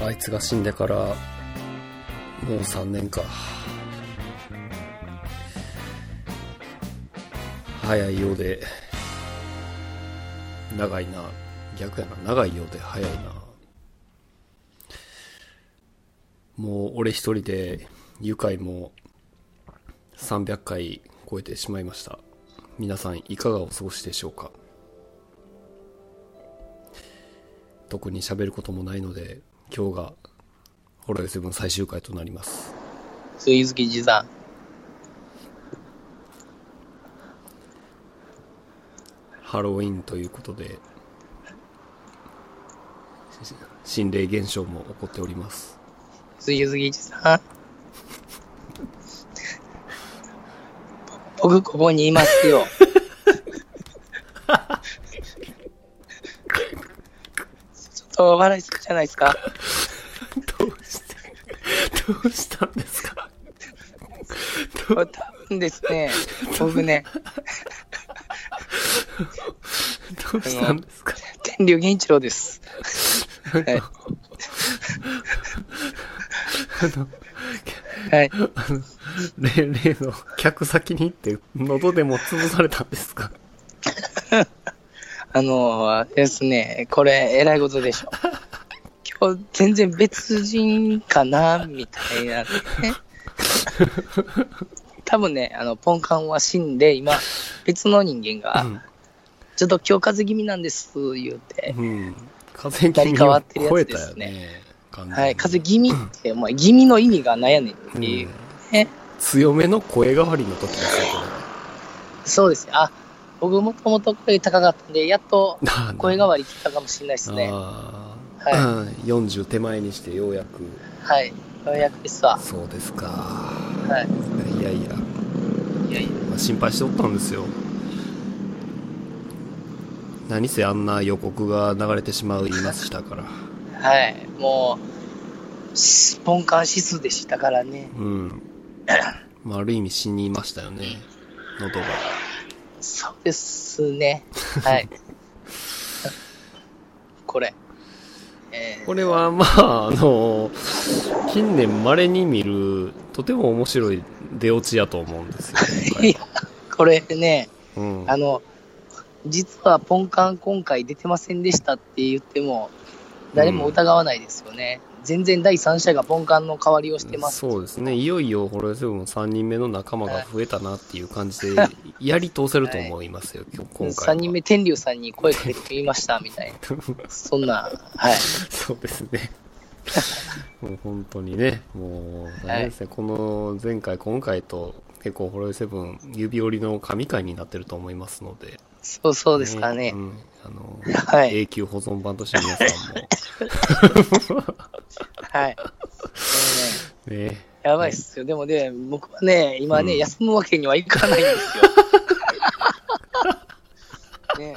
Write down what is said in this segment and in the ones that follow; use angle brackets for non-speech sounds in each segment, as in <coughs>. あいつが死んでからもう3年か早いようで長いな逆やな長いようで早いなもう俺一人で愉快も300回超えてしまいました皆さんいかがお過ごしでしょうか特に喋ることもないので今日がホロヨセブン最終回となります水月持参。ハロウィンということでし心霊現象も起こっております水月持参。僕ここにいますよ。ちょっとお笑い好きじゃないですか。どうしてどうしたんですかこれ多分ですね、僕ね、どうしたん <laughs> ですか天竜源一郎です。はい。はい。例例の客先に行って喉でも潰されたんですかあのーですね、これ、えらいことでしょ。今日、全然別人かな、みたいなね。多分ね、あの、ポンカンは死んで、今、別の人間が、ちょっと今日風邪気味なんです、言うて。うん、うん、風邪気味を超えたよねはい、風邪気味って、まあ、気味の意味がなんやねんって気いうね。強めの声変わりの時ですよこそうですね。あ、僕もともと声高かったんで、やっとれ <laughs> あー声変わりきたかもしれないですね。あはーい。うん40手前にしてようやくはい。ようやくですわ。そうですかはい。いやいや、いやいやまあ心配しておったんですよ何せあんな予告が流れてしまう言いましたからはい、もう、しポンカン指数でしたからね。うん、まあ、ある意味死にましたよね喉がそうですね。はい。 <laughs> これ。えーこれはまあ、あの、近年稀に見る、とても面白い出落ちやと思うんですよ、今 <laughs> 回いや、これね、うん。 <laughs> あの、実はポンカン今回出てませんでしたって言っても、誰も疑わないですよね。全然第三者がポンカンの代わりをしてます。そうですね。いよいよ、ホロヨセブン3人目の仲間が増えたなっていう感じで、やり通せると思いますよ、今日今回は。 3人目、天竜さんに声かけてみました、み <laughs> たいな。そんな、はい。そうですね。もう本当にね、もう、はいあれですね、この前回、今回と、結構、ホロヨセブン、指折りの神回になってると思いますので。そうそうですかねう。ん、あの、はい。永久保存版として皆さん <laughs> も、はい。ねこえ、れねやばいっすよ。でもね、僕はね、今ね、うん休むわけにはいかないんです <laughs> よ。ね、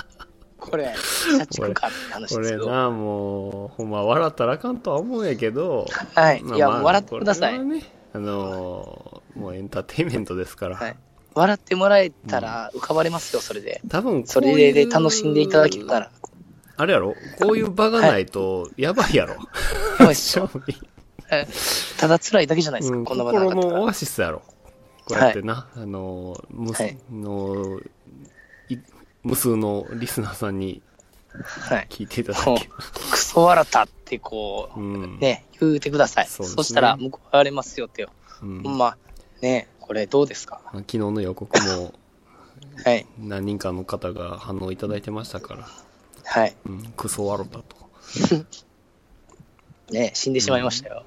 これ、社畜かって話こですれけど。な、もう、ほんま、笑ったらあかんとは思うんやけど、 <laughs> はい。まあいや、まあもう笑ってくださこい。れはね、あのーもうエンターテインメントですから、はい。笑ってもらえたら浮かばれますよ、それで。多分こういうそれで楽しんでいただけたら。あれやろこういう場がないと、やばい <laughs> やろ。やばいっすよ。 <laughs> 正味はいただ辛いだけじゃないですうか、ん、こんな場なか心ったらのオアシスやろ。こうやってな、あのー、無数はいの、い無数のリスナーさんにはい。聞いていただもける。う、クソ笑ったってこうう、ん。ね、言うてください。そそうですねしたら報われますよってよ。うんほんま、ね、これどうですかまあ昨日の予告もはい。何人かの方が反応いただいてましたから、はい。うん、クソワロだと。ね、死んでしまいましたよ。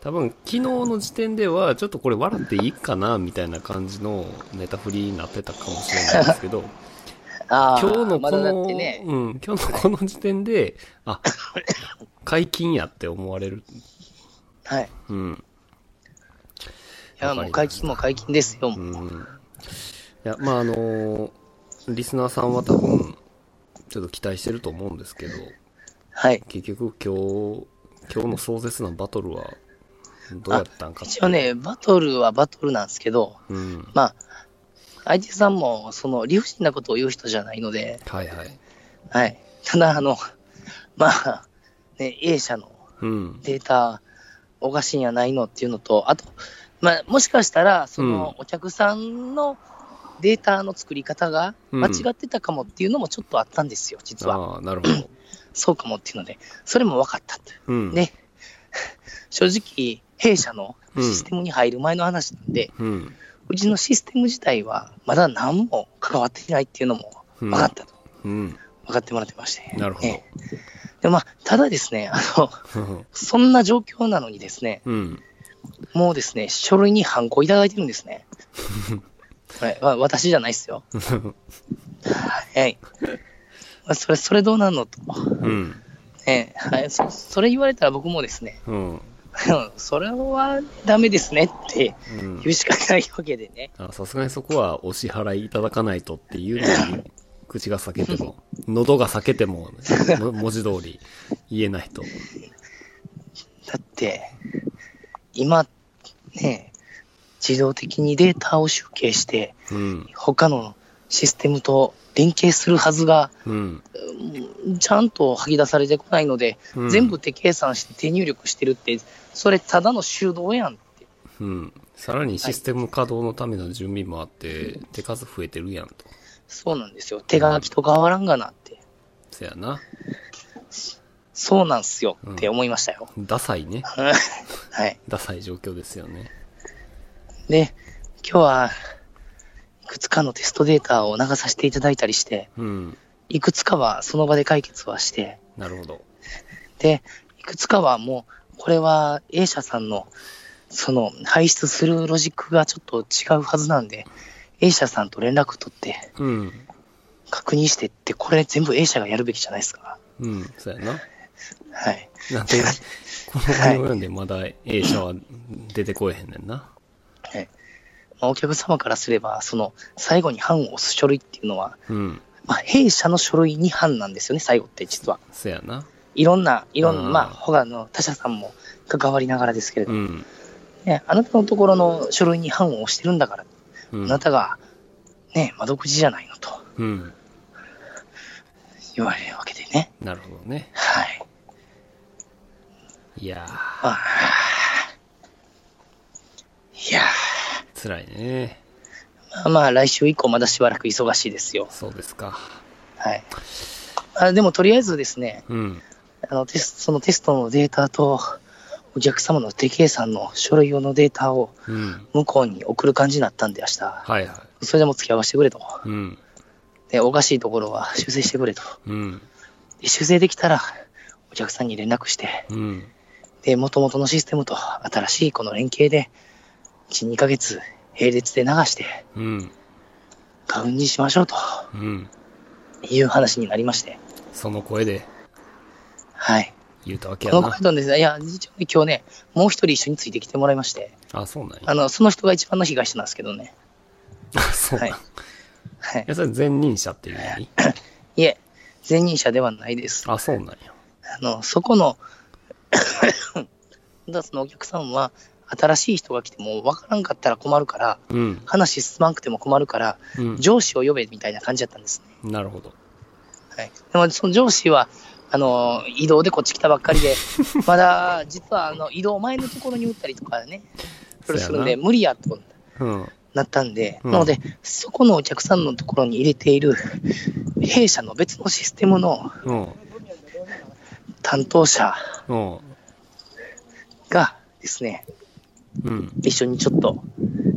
多分昨日の時点では、ちょっとこれ笑っていいかなみたいな感じのネタ振りになってたかもしれないですけど、 <laughs> ああ、今日のまこだだっの、てね、うん、今日のこの時点で、 <laughs> あ、解禁やって思われる。はい。いうん。や、もう解禁も解禁ですよ。うん。いや、まあ、あのリスナーさんは多分、ちょっと期待してると思うんですけど、はい。結局今日、今日の壮絶なバトルは、どうやったんかって一応ね、バトルはバトルなんですけど、うん。まあ、相手さんも、その、理不尽なことを言う人じゃないので、はいはい。 <laughs> はい。ただ、あの、まあ、ね、A 社のうん。データおかしいんやないのっていうのと、あと、まあ、もしかしたら、そのお客さんのデータの作り方が間違ってたかもっていうのもちょっとあったんですよ、実は。ああ、なるほど。そうかもっていうので、それも分かったと。うん。ね。 <laughs> 正直、弊社のシステムに入る前の話なんで、うん。うちのシステム自体はまだ何も関わっていないっていうのもうん分かったと。うん。 <laughs> 分かってもらってまして。なるほどええで、まあ、ただですね、あの、そんな状況なのにですね、うん。もうですね、書類にハンコいただいてるんで <laughs> すね。はい、わ私じゃないですよ。はい。まあそれ、それどうなんのと。うん。ええはい、そそれ言われたら僕もですね、 <laughs> うん。うんそれはダメですねってうん言うしかないわけでね。あさすがにそこはお支払いいただかないとっていうのに、口が裂けて <laughs> も、喉が裂けても、も文字通り言えないと。だって、今、ね、自動的にデータを集計して、うん。他のシステムと連携するはずが、うん。うんちゃんと吐き出されてこないので、うん全部手計算して手入力してるって、それただの手動やんって。うん。さらにシステム稼働のための準備もあって、手数増えてるやんと。そうなんですよ。手書きと変わらんがなって。せやな。そうなんすよって思いましたよ。ダサいね。 <laughs> はい。ダサい状況ですよね。で、今日は、いくつかのテストデータを流させていただいたりして、うん。いくつかはその場で解決はして、なるほど。で、いくつかはもう、これは A 社さんの、その、排出するロジックがちょっと違うはずなんで、A 社さんと連絡取って、うん。確認してって、これ全部 A 社がやるべきじゃないですか。うん。そやな。はい。なんで、この場を読んでまだ A 社は出てこえへんねんな。はいまあ、お客様からすれば、その、最後に判を押す書類っていうのは、うん。まあ、弊社の書類に判なんですよね、最後って、実は。せやな。いろんな、いろんな、うんまあ、他の他社さんも関わりながらですけれどうも、ん。ね、あなたのところの書類に判を押してるんだから、うんあなたが、ね、窓口じゃないのとうん。言われるわけでね。なるほどね。はい。いやまあ、いやー、辛いね。ーまあまあ、来週以降まだしばらく忙しいですよ。そうですか。はい。あでも、とりあえずですね、うん。あのテスそのテストのデータと、お客様の手計算の書類用のデータをうん。向こうに送る感じになったんで、明日。はいはそれでも付き合わせてくれと。い。うん。で、おかしいところは修正してくれと。うん。で修正できたら、お客さんに連絡して、うん。で、元々のシステムと新しいこの連携で、1、2ヶ月並列で流して、うん。花粉にしましょうとうん。いう話になりまして。その声ではい。言うたわけこやのな方。のですね、いや、実は今日ね、もう一人一緒についてきてもらいまして、あ、そうなんや。あの、その人が一番の被害者なんですけどね。あ、 <laughs> そうなん。はいいはい。や、それ前任者っていう意味いえ、前任者ではないです。ああ、そうなんや。の、そこの、 <coughs> だそのお客さんは、新しい人が来ても分からんかったら困るから、うん。話進まんくても困るから、うん。上司を呼べみたいな感じだったんですね。なるほど。はい。でも、その上司は、あの、移動でこっち来たばっか <laughs> りで、まだ、実は、あの、移動前のところに打ったりとかね、すそうやなるんで、無理やってことにうん。なったんで、うんなので、そこのお客さんのところに入れている、弊社の別のシステムのうん。担当者うん。がですね、うん。一緒にちょっと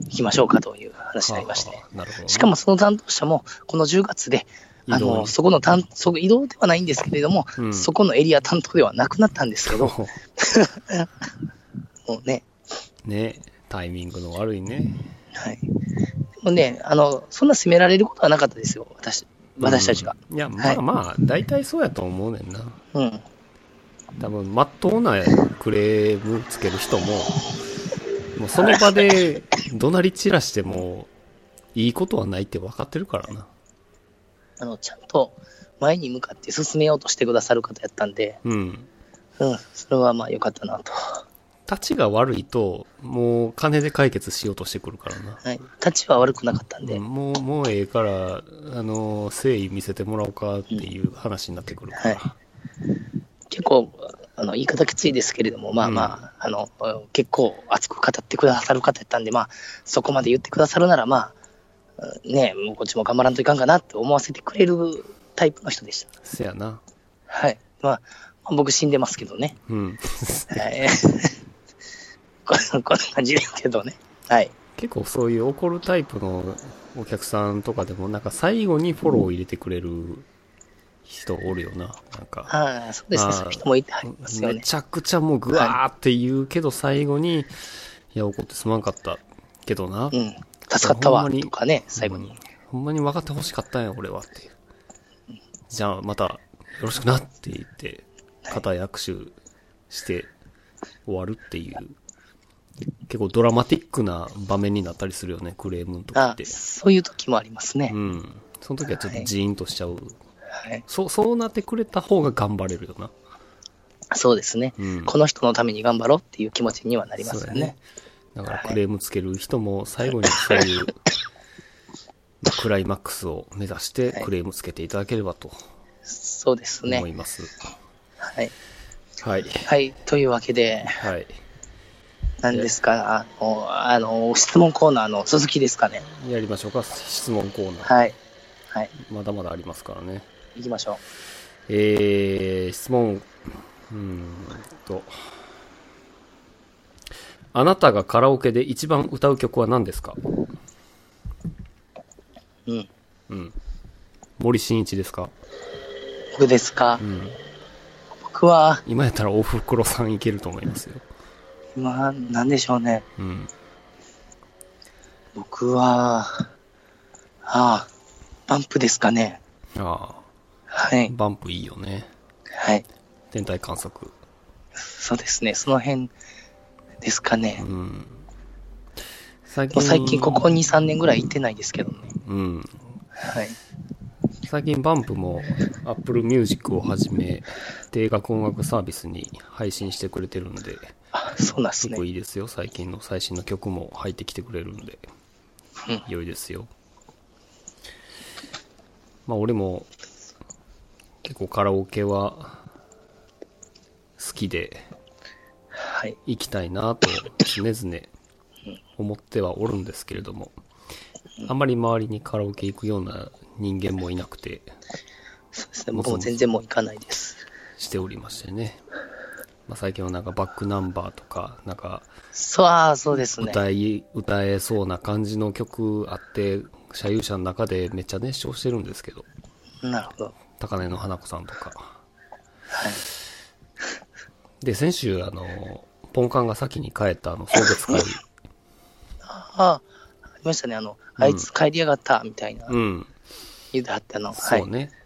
行きましょうかという話になりまして、はあはあなるほど。しか、もその担当者も、この10月で、あ移動のにそこの担そこ移動ではないんですけれども、うんそこのエリア担当ではなくなったんで <laughs> すけど、もうね、 <laughs> ね、タイミングの悪いね。はい、でもねあの、そんな責められることはなかったですよ、私私たちが。うん。いや、まあまあ、大体そうやと思うねんな。うん、多分、まっとうなクレームつける人も、もうその場で怒鳴り散らしても、いいことはないって分かってるからな。あのちゃんと前に向かって進めようとしてくださる方やったんで、うん。うん、それはまあ良かったなと。立ちが悪いと、もう金で解決しようとしてくるからな。はい、立ちは悪くなかったんで、うんもう、もうええから、あの、誠意見せてもらおうかっていう話になってくるから。結構、あの言い方きついですけれども、まあまあ、あの結構熱く語ってくださる方やったんで、まあ、そこまで言ってくださるなら、まあ、ね、もうこっちも頑張らんといかんかなって思わせてくれるタイプの人でした。せやな。はい。まあ、まあ僕死んでますけどね。うん。 <laughs> はい。 <laughs> こんこんな感じですけどね。はい。結構そういう怒るタイプのお客さんとかでも、なんか最後にフォローを入れてくれる人おるよな。なんか、ああ、そうですあーね。そういう人もいてはりますよめね。ちゃくちゃもうグワーって言うけど、最後に、いや、怒ってすまんかったけどな。うん。助かっほたんわ、まにとかね、最後に。ほんまに分かってほしかったんや、俺はっていう。じゃあ、また、よろしくなって言って、肩握手して終わるっていう。結構ドラマティックな場面になったりするよね、クレームの時あって。そういう時もありますねう。ん。その時はちょっとジーンとしちゃう。はい。そう、そうなってくれた方が頑張れるよな。そうですね、うんこの人のために頑張ろうっていう気持ちにはなりますよそうだね。。だからクレームつける人も最後にそう <laughs> いう、まあクライマックスを目指してクレームつけていただければとそうですね思います。はい。はい。はい。というわけで、はい。何ですか、あの、あの質問コーナーの続きですかね。やりましょうか。質問コーナー。はい。はい。まだまだありますからね。行きましょえー、質問。うーんと。あなたがカラオケで一番歌う曲は何ですかう。うん。うん。森進一ですか僕ですか、うん。僕は、今やったらおふくろさんいけると思いますよ。まあ、なんでしょうね。うん。僕は、ああ、バンプですかね。ああ。はい。バンプいいよね。はい。天体観測。そうですね。その辺ですかねう。ん。最もう最近、ここ2、3年ぐらい行ってないですけどね。うん。はい。最近バンプも Apple Music をはじめ定額音楽サービスに配信してくれてるんであ、 <laughs> そうなんです結ね構。いいですよ最近の最新の曲も入ってきてくれるんでうん良いですよまあ俺も結構カラオケは好きではい。行きたいなと常々思ってはおるんですけれどもあんまり周りにカラオケ行くような人間もいなくてそうですね。僕も全然もう行かないです。しておりましてね。まあ、最近はなんかバックナンバーとか、なんかそう、ああ、そうですね。歌い、歌えそうな感じの曲あって、社有者の中でめっちゃ熱唱してるんですけど、なるほど。高根の花子さんとか。はい。で、先週あの、ポンカンが先に帰ったあの、送別 <laughs> 会。ああ、ありましたね。あの、あいつ帰りやがった、みたいな、うん。言うてはったの。はそ。いうね。はい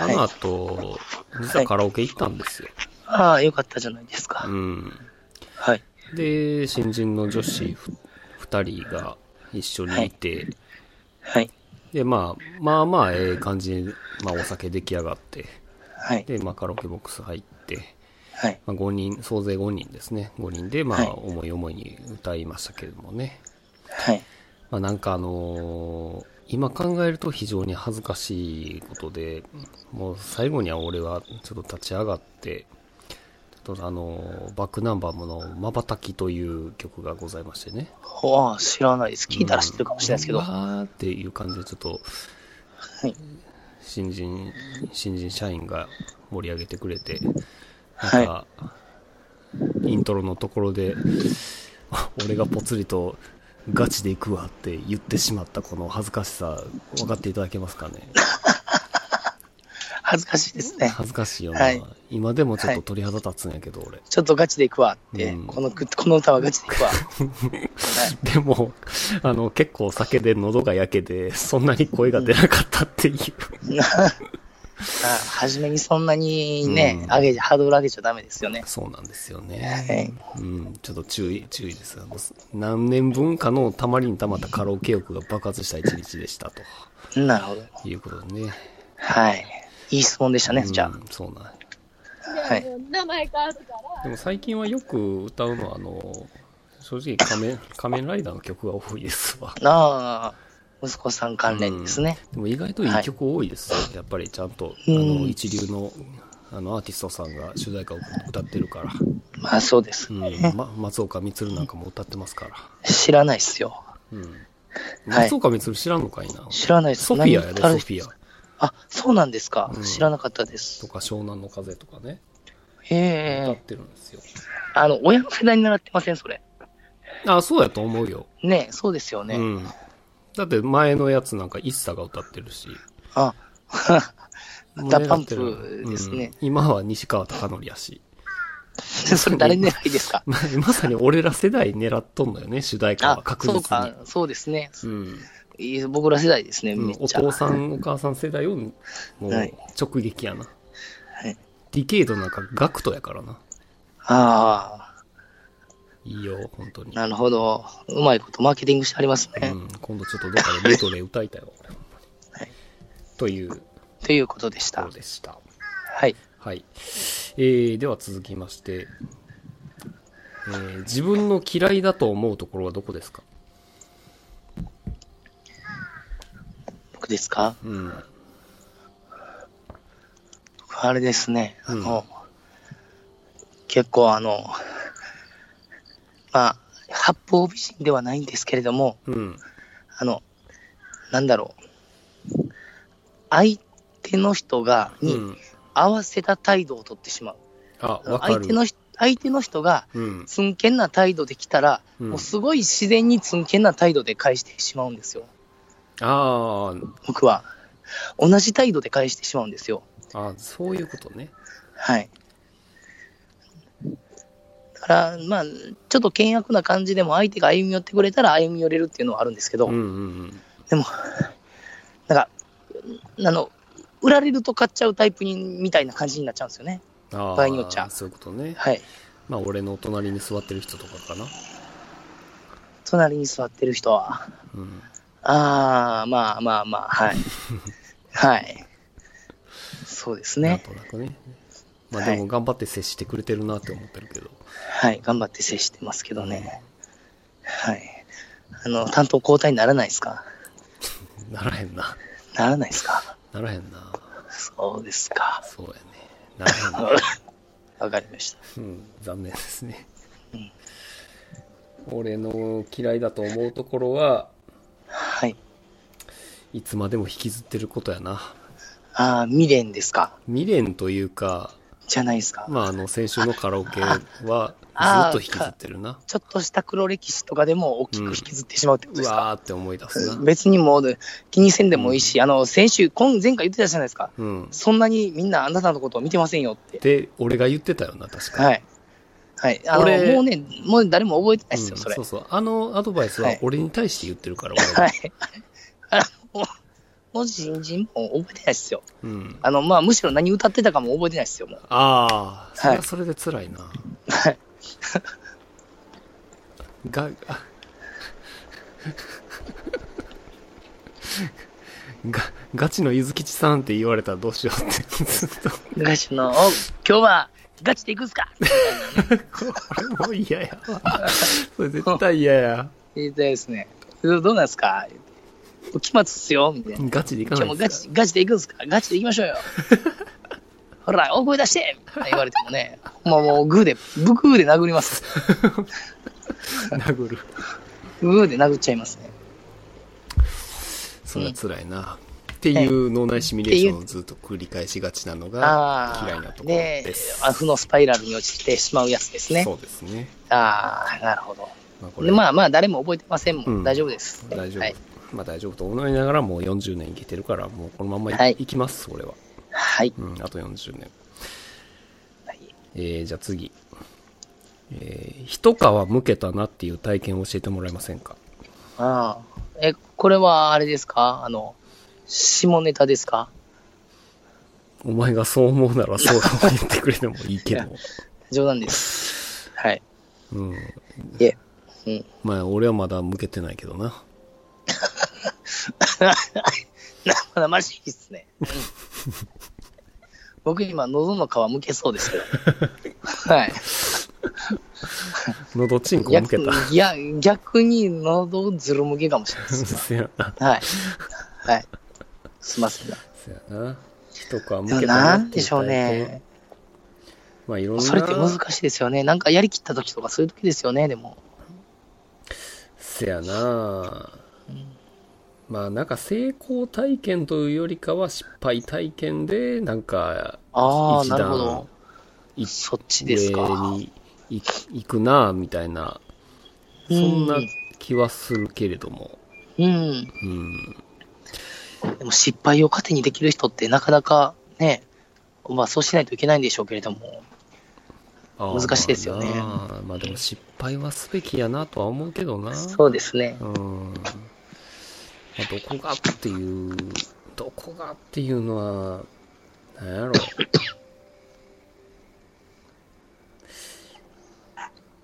あの後、実はカラオケ行ったんですよ。ああ、よかったじゃないですか。うん。はい。で、新人の女子ふ二人が一緒にいて、はい。で、まあ、まあまあ、ええ感じに、まあ、お酒出来上がって、はい。で、まあ、カラオケボックス入って、はい。まあ、5人、総勢5人ですね。5人で、まはあ、い思い思いに歌いましたけれどもね。はい。まあ、なんかあのー今考えると非常に恥ずかしいことで、もう最後には俺はちょっと立ち上がって、ちょっとあのーバックナンバーもの、瞬きという曲がございましてね。ほあ、知らないです。聞いたら知ってるかもしれないですけど。うんはわーっていう感じで、ちょっと、い。新人、新人社員が盛り上げてくれて、はないんか、イントロのところで、 <laughs> あ俺がぽつりとガチで行くわって言ってしまったこの恥ずかしさ、分かっていただけますかね。恥ずかしいですね。恥ずかしいよな。はい今でもちょっと鳥肌立つんやけど、俺。ちょっとガチで行くわって、うんこの <laughs> く、この歌はガチで <laughs> 行くわ。はいでも、あの、結構酒で喉が焼けて、そんなに声が出なかった <laughs> っていう。あ初めにそんなにね、うん上げ、ハードル上げちゃダメですよね。そうなんですよはね。い。うん、ちょっと注意、注意です。あの何年分かのたまりにたまったカラオケ欲が爆発した一日でしたとなるほど。いうことでね。はい。いい質問でしたね、じゃうん、そうなん。あ。はい。名前変わるから。でも最近はよく歌うのは、あの、正直仮面、仮面ライダーの曲が多いですわ。 <laughs> ああ、息子さん関連ですね。でも意外といい曲多いですよ。やっぱりちゃんと、あうんの、一流のあの、アーティストさんが主題歌を歌ってるから。まあそうですうね。ん。ま、松岡充なんかも歌ってますから。知らないっすよ。うん。はい松岡充知らんのかいな。知らないっすソフィアやで、何ソフィア。あ、そうなんですかうん。知らなかったでとす。か、湘南の風とかね。へ歌っえ。てるんですよ。あの、親の世代に習ってません、それ。あ、そうやと思うよ。ねえそうですよね。うん。だって前のやつなんか一茶が歌ってるし。あ、ダ <laughs> 盛り上パンがってプるですね。うん今は西川貴教や <laughs> し。 <laughs> それ誰狙いですかままさに俺ら世代狙っとんのよね、主題歌はあ、確そう実にか。、そうですね。うんいい僕ら世代ですね、うめん、っおちゃ。父さん、お母さん世代をもうはい直撃やな。はいディケイドなんかガクトやからな。あいいよ、本当あ、に。なるほど。うまいことマーケティングしてありますうね。ん、今度ちょっとどっかでメトレー歌いたいわ、俺ほんまにはいというということでしとこたろ。でした。はい。はい。えー、では続きまして、えー自分の嫌いだと思うところはどこですか僕ですかうん。僕あれですね。あうんの、結構あの、まあ、八方美人ではないんですけれども、うん。あの、なんだろう。相手の人が、うにん。合わせた態度を取ってしまう。あ、わか相る手。の人、相手の人が、うん。つんけんな態度で来たら、うんもうすごい自然につんけんな態度で返してしまうんですよ、あー僕は。同じ態度で返してしまうんですよ。あ、そういうことね。はい。だから、まあ、ちょっと険悪な感じでも、相手が歩み寄ってくれたら歩み寄れるっていうのはあるんですけど、うんうんでも、なんか、あの、売られると買っちゃうタイプにみたいな感じになっちゃうんですよね。うん。ああ場合によっちゃそういうことね。はい。まあ、俺の隣に座ってる人とかかな。隣に座ってる人は。うん。ああ、まあまあま <laughs> あ、はい。はい。そうですなんね。となくね。まあ、はでいも頑張って接してくれてるなって思ってるけど。はい。頑張って接してますけどね。はい。あの、担当交代にならないですかならへんな。ならないですかならへんな。そうですか。そうやね。ならへんな。わかりました。うん、残念ですね。俺の嫌いだと思うところは、はい。いつまでも引きずってることやな。ああ、未練ですか未練というか、じゃないですか、まあ、あの、先週のカラオケは、ずっあと引きずってるな。ちょっとした黒歴史とかでも大きく引きずってしまうってことうですわか、ーって思い出すな。別にもう気にせんでもいいし、あの、先週、今前回言ってたじゃないですか。うん。そんなにみんなあなたのことを見てませんよって。で、俺が言ってたよな、確か。はい。はい。あの、俺もうね、もう誰も覚えてないですうよ、んそれ。そうそう。あのアドバイスははい俺に対して言ってるから、俺がはい。あの、もうもう新人も覚えてないですよ。うん。あの、まあ、むしろ何歌ってたかも覚えてないですよ、もう。ああ、それはそれで辛いな。はい。が、あが、ガチのゆずきちさんって言われたらどうしようって、ずっと。ガチの、お今日はガチで行くっ <laughs> すかみたいなね。俺もう嫌やわ。それ絶対嫌や。言いたいですね。どどうなんですか期末っすよみたいな。ガチでいか今日なもいガですチガチで行くんすかガチで行きましょうよ。 <laughs> ほら、大声出してみたいな言われてもね、もうもうグーで、ブグーで殴ります。か殴る。グーで殴っちゃいますね。それは辛いな。っていう脳内シミュレーションをずっと繰り返しがちなのがああ、嫌いなところです。あ負のスパイラルに落ちてしまうやつですね。そうですね。ああ、なるほど。まあこでれ、まあまあ、誰も覚えてませんもん。うん大丈夫です。大丈夫。はい。まあ大丈夫と思いながらもう40年生きてるから、もうこのまんまい,、はいきます、俺は。はい。うん、あと40年。はいえー、じゃあ次。えー、一皮むけたなっていう体験を教えてもらえませんかああえ、これはあれですかあの、下ネタですかお前がそう思うならそう言ってくれてもいいけど。冗 <laughs> 談です。はい。うん。いえ。うん。 <laughs> まあ俺はまだ向けてないけどな。なまだマジっすね。うん僕今、喉の皮むけそうで <laughs> すけど。はい。喉チンコ向逆けた。いや逆に喉ずるむけかもしれないで <laughs> す。せやな。はい。はい。すいませんが。せやな。一皮むでもけたななっんてでいう体験。しょうね。まあいろんな。それって難しいですよね。なんかやりきった時とかそういう時ですよね、でも。せやなうんまあなんか成功体験というよりかは失敗体験で、なんかああ、一な段るほど。一そっちですか。上にい行くなぁみたいな、そんな気はするけれども。うん。うん。でも失敗を糧にできる人ってなかなかね、まあそうしないといけないんでしょうけれども。あー難しいですよねまあなまあでも失敗はすべきやなとは思うけどな。そうですね。うん。まあ、どこがっていう、どこがっていうのは、なんやろ。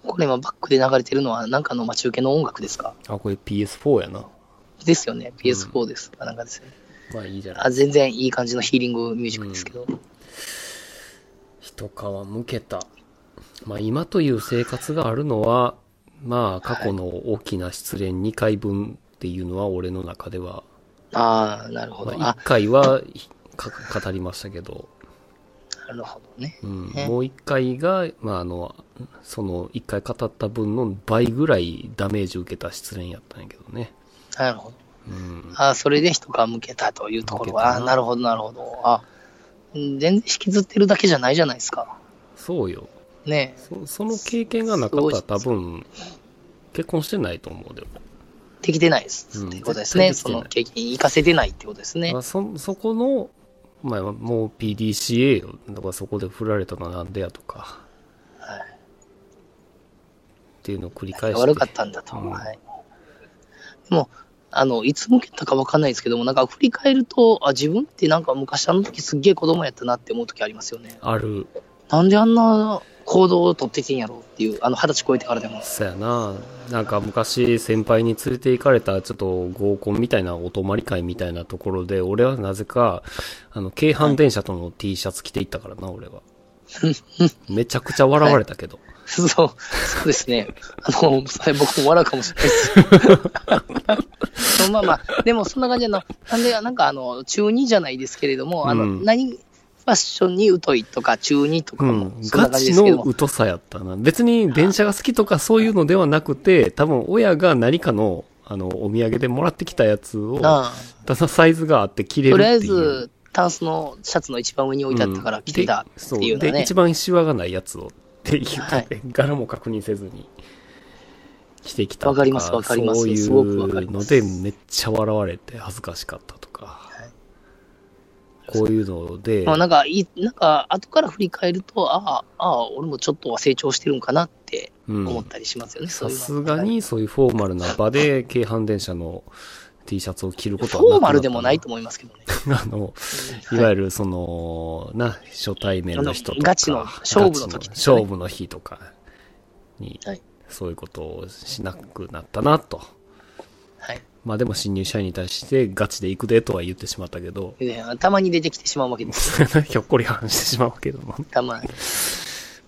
これ今バックで流れてるのはなんかの待ち受けの音楽ですかあ、これ PS4 やな。ですよね。PS4 です。あなんかですよね。まあいいじゃないあ。全然いい感じのヒーリングミュージックですけど。一皮むけた。まあ今という生活があるのは、まあ過去の大きな失恋2回分っていうのは俺の中では、ああ、なるほまど。ああ、 1回はか語りましたけど、なるほどね。うん、ねもう1回が、まああの、その1回語った分の倍ぐらいダメージ受けた失恋やったんやけどね。なるほど。うん。ああ、それで一皮向けたというところ向けは。たあななるほど、なるほど。あうん全然引きずってるだけじゃないじゃないですか。そうよ。ねそその経験がなかったら多分、結婚してないと思うで。できてないです。うんってことですね。絶そ対ので経験活かせてないってことですねまあ、。そ、そこの、まあ、もう PDCA よ。だからそこで振られたのはなんでやとか。はいっていうのを繰り返して。悪かったんだと。うんはい。でも、あの、いつ向けたかわかんないですけども、なんか振り返ると、あ、自分ってなんか昔あの時すっげえ子供やったなって思う時ありますよね。ある。なんであんな行動を取ってきんやろうっていう、あの、二十歳超えてからでも。そやな。なんか昔先輩に連れて行かれたちょっと合コンみたいなお泊まり会みたいなところで、俺はなぜか、あの、京阪電車との T シャツ着て行ったからな、俺は。めちゃくちゃ笑われたけど。 <laughs> そう、そうですね。あの、それ僕も笑うかもしれないです。 <laughs> そのまあまあ、でもそんな感じの、なんで、なんかあの、中二じゃないですけれども、あの、うん何、ファッションに疎いとか、中二とかうも、ん、そんなガ感じでチすけどのも、疎さやったな。別に電車が好きとかそういうのではなくて、多分親が何かの、あの、お土産でもらってきたやつを、なあただサイズがあって着れるっとてりあいう。えず、タンスのシャツの一番上に置いてあったから着てたっていううんでそう。のはで、ね一。番シワがないやつをっていう、はい柄も確認せずに着てきたとわかりますわかりますそういすごくわかりうまのすで、めっちゃ笑われて恥ずかしかったとか。いこういうので、まあなんかいい、なんか、後から振り返ると、ああ、ああ、俺もちょっとは成長してるんかなってうん思ったりしますよね、そうさいうのすがにそういうフォーマルな場で、京阪電車の T シャツを着ることはフォなくなーマったルでもないと思いますけどね。 <laughs> あの、いわゆるその、な、初対面の人とあのか。ガチの勝負の時ガでチすのね勝負の日とかにはい、そういうことをしなくなったなと。はい。まあでも新入社員に対してガチで行くでとは言ってしまったけど、 <laughs> でたまに出てきてしまうわけです。ひょっこり反してしまうけども、たまに。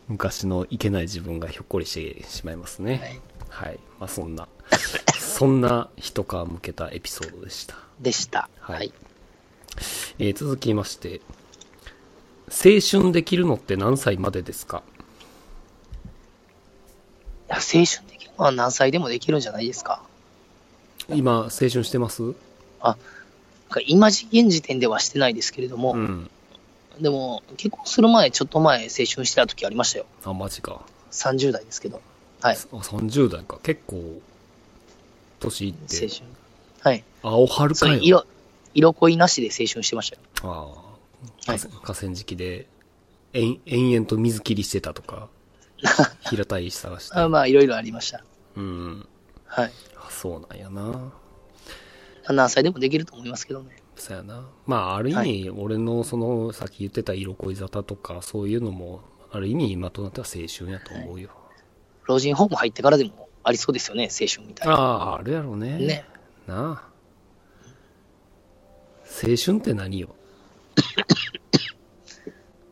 昔のいけない自分がひょっこりしてしまいますはねい。はい。まあそんな、 <laughs> そんな一皮向けたエピソードでした。でした。はいはい。えー続きまして、青春できるのって何歳までですかいや青春できるのは何歳でもできるんじゃないですか。今、青春してますなんか今時現時点ではしてないですけれども、うん。でも結婚する前、ちょっと前青春してた時ありましたよ。あ、マジか。 30代ですけど。はい。あ30代か。結構、年いって青春。。はい。青春そかれよ。色、色恋なしで青春してましたよ。ああ、はい河川河川敷で、えん延々と水切りしてたと <laughs> か、平たい石探して。あまあ、いろいろありました。うん。はい。あそうなんやな。何歳でもできると思いますけどね。そやな。まあ、ある意味、俺のその、さっき言ってた色恋沙汰とか、そういうのも、ある意味、今となっては青春やと思うよ。老人ホーム入ってからでもありそうですよね、青春みたいあな。あ、あるやろね。ね。なあ。青春って何よ。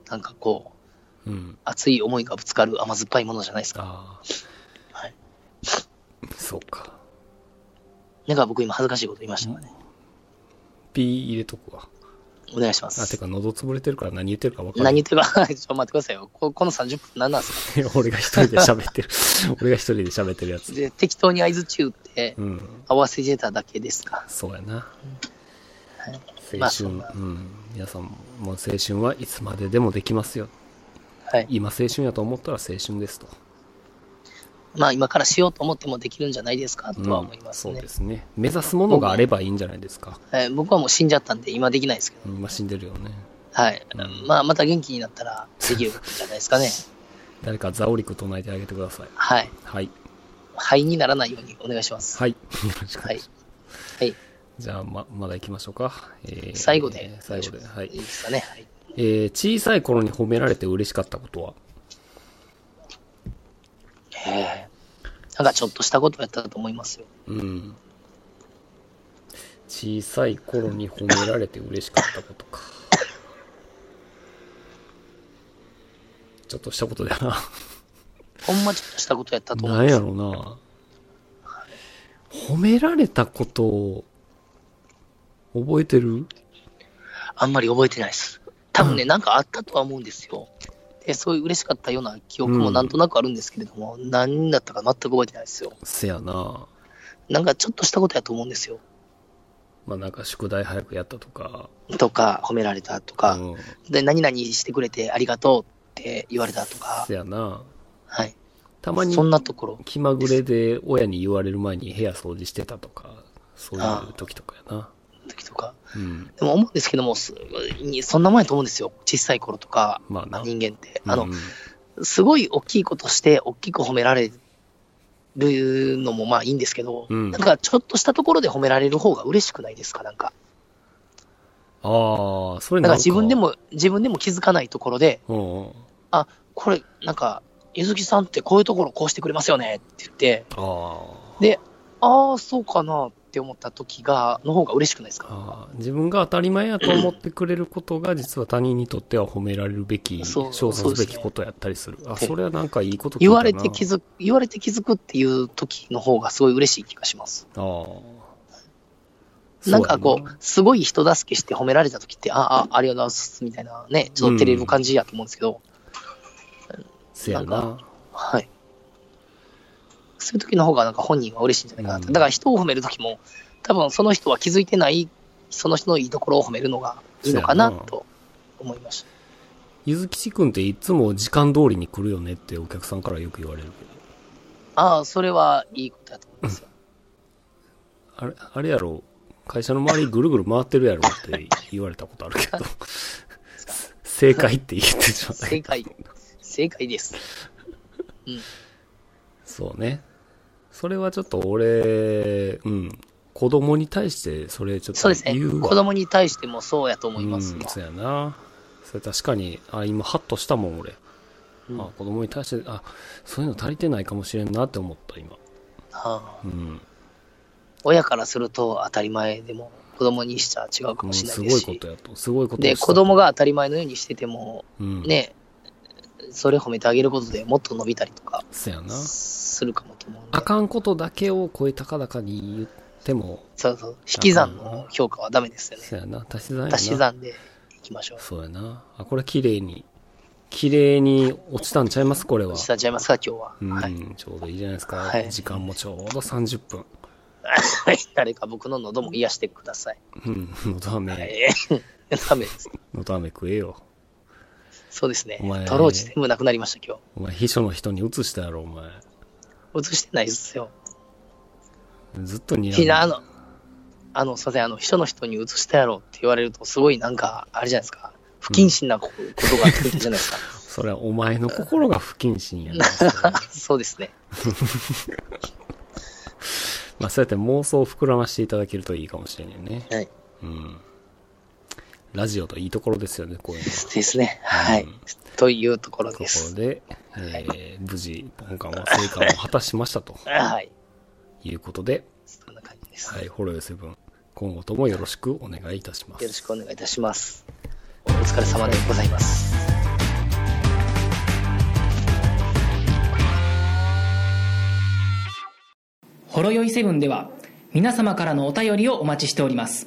なんかこう、うん。熱い思いがぶつかる甘酸っぱいものじゃないですか。ああ。はい。そうか。なんか僕今恥ずかしいこと言いましたね。 P 入れとくわ。お願いしまあ、てす。か喉潰れてるから何言ってるか分かんない。何言ってるか、 <laughs> ちょっと待ってくださいよ。ここの30分何なんですか <laughs> 俺が一人で喋ってる。 <laughs> 俺が一人で喋ってるやつ。で適当に合図中ってうん。合わせてただけですか。そうやな。青まあそ春、んなうん。皆さんも青春はいつまででもできますよ。はい。今青春やと思ったら青春ですと。まあ今からしようと思ってもできるんじゃないですかとは思いますうんねそうで。すね。目指すものがあればいいんじゃないですか。はい僕はもう死んじゃったんで今できないですけど。うん今死んでるよね。はい。うんまあまた元気になったらできるんじゃないです <laughs> かね。誰かザオリク唱えてあげてください。はい。 <laughs> はい。肺にならないようにお願いします。はい。よろしくお願いします。はい。じゃあ、ま、まだ行きましょうか。えー最後で。えー最後で。はいい。ですかね。はい。えー小さい頃に褒められて嬉しかったことはえーなんかちょっとしたことやったと思いますよ。うん。小さい頃に褒められて嬉しかったことか。ちょっとしたことだよほんまちょっとしたことやったとな。思なうんんでやすよ。ろうな。褒められたことを覚えてるあんまり覚えてないです。多分ね、なんかあったとは思うんですよ。で、そういう嬉しかったような記憶もなんとなくあるんですけれども、何だったか全く覚えてないですよ。せやな。なんかちょっとしたことやと思うんですよ。まあなんか宿題早くやったとか。とか、褒められたとか、うん、で、何々してくれてありがとうって言われたとか、せやな。はい。たまにそんなところ。気まぐれで親に言われる前に部屋掃除してたとか、そういう時とかやな。時とか。うん。でも思うんですけども、すにそんなもんやと思うんですよ。小さい頃とか、まあな。人間って。あうのん、すごい大きいことして、大きく褒められるのもまあいいんですけど、うんなんかちょっとしたところで褒められる方が嬉しくないですか、なんか。ああ、それななんんか。か自分で。も、自分でも気づかないところで、うん。これ、なんか、ゆずきさんってこういうところこうしてくれますよねって言って、あーああ、そうかなって思った時が、の方が嬉しくないですか。あー。自分が当たり前やと思ってくれることが、実は他人にとっては褒められるべき、そ称う賛すべきことやったりする。あ、そうですねそれはなんかいいこと聞い言たなわれて気づく、言われて気づくっていう時の方がすごい嬉しい気がします。ああ。なんかこそうやなう、すごい人助けして褒められた時って、ああ、ありがとうございます、みたいなね、ちょっと照れる感じやと思うんですけど、せやなな。はい。そういう時の方がなんか本人は嬉しいんじゃないかなと。うんだから人を褒める時も、多分その人は気づいてない、その人のいいところを褒めるのがいいのかなそうやなと思いました。ゆずきちくんっていつも時間通りに来るよねってお客さんからよく言われるけど。ああ、それはいいことだと思い <laughs> ますよ。あれ、あれやろ、会社の周りぐるぐる回ってるやろって言われたことある <laughs> けど、正解って言ってしまったけ正ど。解、正解です。そうね。それはちょっと俺、うん、子供に対してそれちょっそとうですね。言うわ。子供に対してもそうやと思いますうわん、。そうやな。それ確かに、あ、今ハッとしたもん俺。うんあ、子供に対して、あ、そういうの足りてないかもしれんなって思った今。ああうん。親からすると当たり前でも、子供にしちゃ違うかうもんしれないすでごすいし。ことやと。すごいことをで、した子供が当たり前のようにしてても、うん。。ね、それ褒めてあげることでもっと伸びたりとかそうやな。するかもと思うんであ、かんことだけを声高々に言っても、そうそう、引き算の評価はダメですよね。そうやな、足し算やな。足し算でいきましょう。そうやな。あ、これ綺麗に、綺麗に落ちたんちゃいますこれは。足し算ちゃいますか、今日は。うん、はい。 <laughs> ちょうどいいじゃないですか。はい時間もちょうど30分。誰か僕の喉も癒してください。うん、のど飴、えー <laughs> ダメです。のど飴食えよ。そうですねお前。トローチ全部なくなりました、今お前、秘書の人に移したやろ、お前。日。映してないですよ。ずっと睨ひな、あむ。の、あの、すいません、あの、秘書の人に移したやろって言われると、すごいなんか、あれじゃないですか。不謹慎なこことが出てるじゃないですか。それはお前の心が不謹慎や <laughs> な。それそうですね。まあ、そうやって妄想を膨らましていただけるといいかもしれないね。はい。うん。ラジオといいところですよね、こういうの。ですね。はい。うんというところとこでろす。で、えー、無事、本館は成果を果たしましたとはい。いうことで、そんな感じです。はい、ホロヨセブン、今後ともよろしくお願いいたします。よろしくお願いいたします。お疲れ様でございます。ほろよいセブンでは皆様からのお便りをお待ちしております